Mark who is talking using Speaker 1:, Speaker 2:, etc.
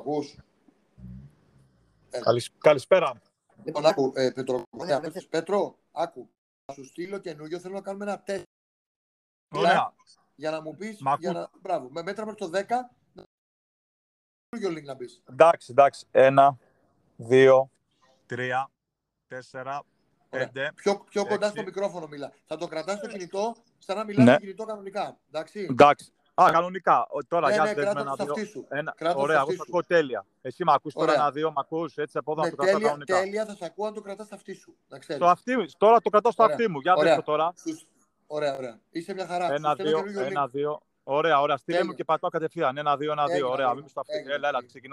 Speaker 1: ακούς.
Speaker 2: Καλησ- Καλησπέρα.
Speaker 1: Λοιπόν, άκου, ε, Πετροκομονία, βλέπεις, Πέτρο, άκου. Θα σου στείλω καινούριο, θέλω να κάνουμε ένα τεστ.
Speaker 2: Ωραία.
Speaker 1: Για να μου πεις,
Speaker 2: Μ' ακούς.
Speaker 1: για να... Μπράβο, με μέτρα προς το 10, να- καινούριο link να μπεις.
Speaker 2: Εντάξει, εντάξει. Ένα, δύο, τρία, τέσσερα,
Speaker 1: Ωραία.
Speaker 2: πέντε.
Speaker 1: Πιο, πιο κοντά
Speaker 2: Εντάξει.
Speaker 1: στο μικρόφωνο μιλά. Θα το κρατάς στο κινητό, σαν να μιλάς
Speaker 2: Ναι.
Speaker 1: στο κινητό κανονικά. Εντάξει.
Speaker 2: Εντάξει. Α, κανονικά. Ο- Τώρα,
Speaker 1: ναι,
Speaker 2: για
Speaker 1: ναι,
Speaker 2: δες με Ε,
Speaker 1: κράτα
Speaker 2: ένα
Speaker 1: το
Speaker 2: δύο.
Speaker 1: αυτί σου.
Speaker 2: Ένα,
Speaker 1: Κράτος
Speaker 2: ωραία,
Speaker 1: αυτί
Speaker 2: εγώ
Speaker 1: σου.
Speaker 2: σε ακούω τέλεια. Εσύ με ακούς τώρα
Speaker 1: Ωραία.
Speaker 2: ένα δύο, με ακούς έτσι από εδώ,
Speaker 1: Ναι,
Speaker 2: από το κάτω
Speaker 1: τέλεια,
Speaker 2: κανονικά.
Speaker 1: τέλεια, θα σε ακούω αν το κρατάς στο αυτί σου. Να ξέρεις.
Speaker 2: Στο αυτί, μου- τώρα το κρατώ στο
Speaker 1: Ωραία.
Speaker 2: αυτί μου. Για
Speaker 1: Ωραία.
Speaker 2: δες το τώρα.
Speaker 1: Σου- Ωραία, ωραία. Είσαι μια χαρά.
Speaker 2: Ένα,
Speaker 1: Σου στέλνω
Speaker 2: δύο,
Speaker 1: καινούριο link.
Speaker 2: ένα, δύο. Ωραία, ωραία. Στείλε μου
Speaker 1: Τέλεια.
Speaker 2: και πατάω κατευθείαν. Ένα, δύο, ένα, δύο.
Speaker 1: Έγινε,
Speaker 2: Ωραία,
Speaker 1: έγινε.
Speaker 2: μη μου στο αυτί.
Speaker 1: Έγινε,
Speaker 2: Έλα, έλα,
Speaker 1: έγινε.
Speaker 2: ξεκινάμε.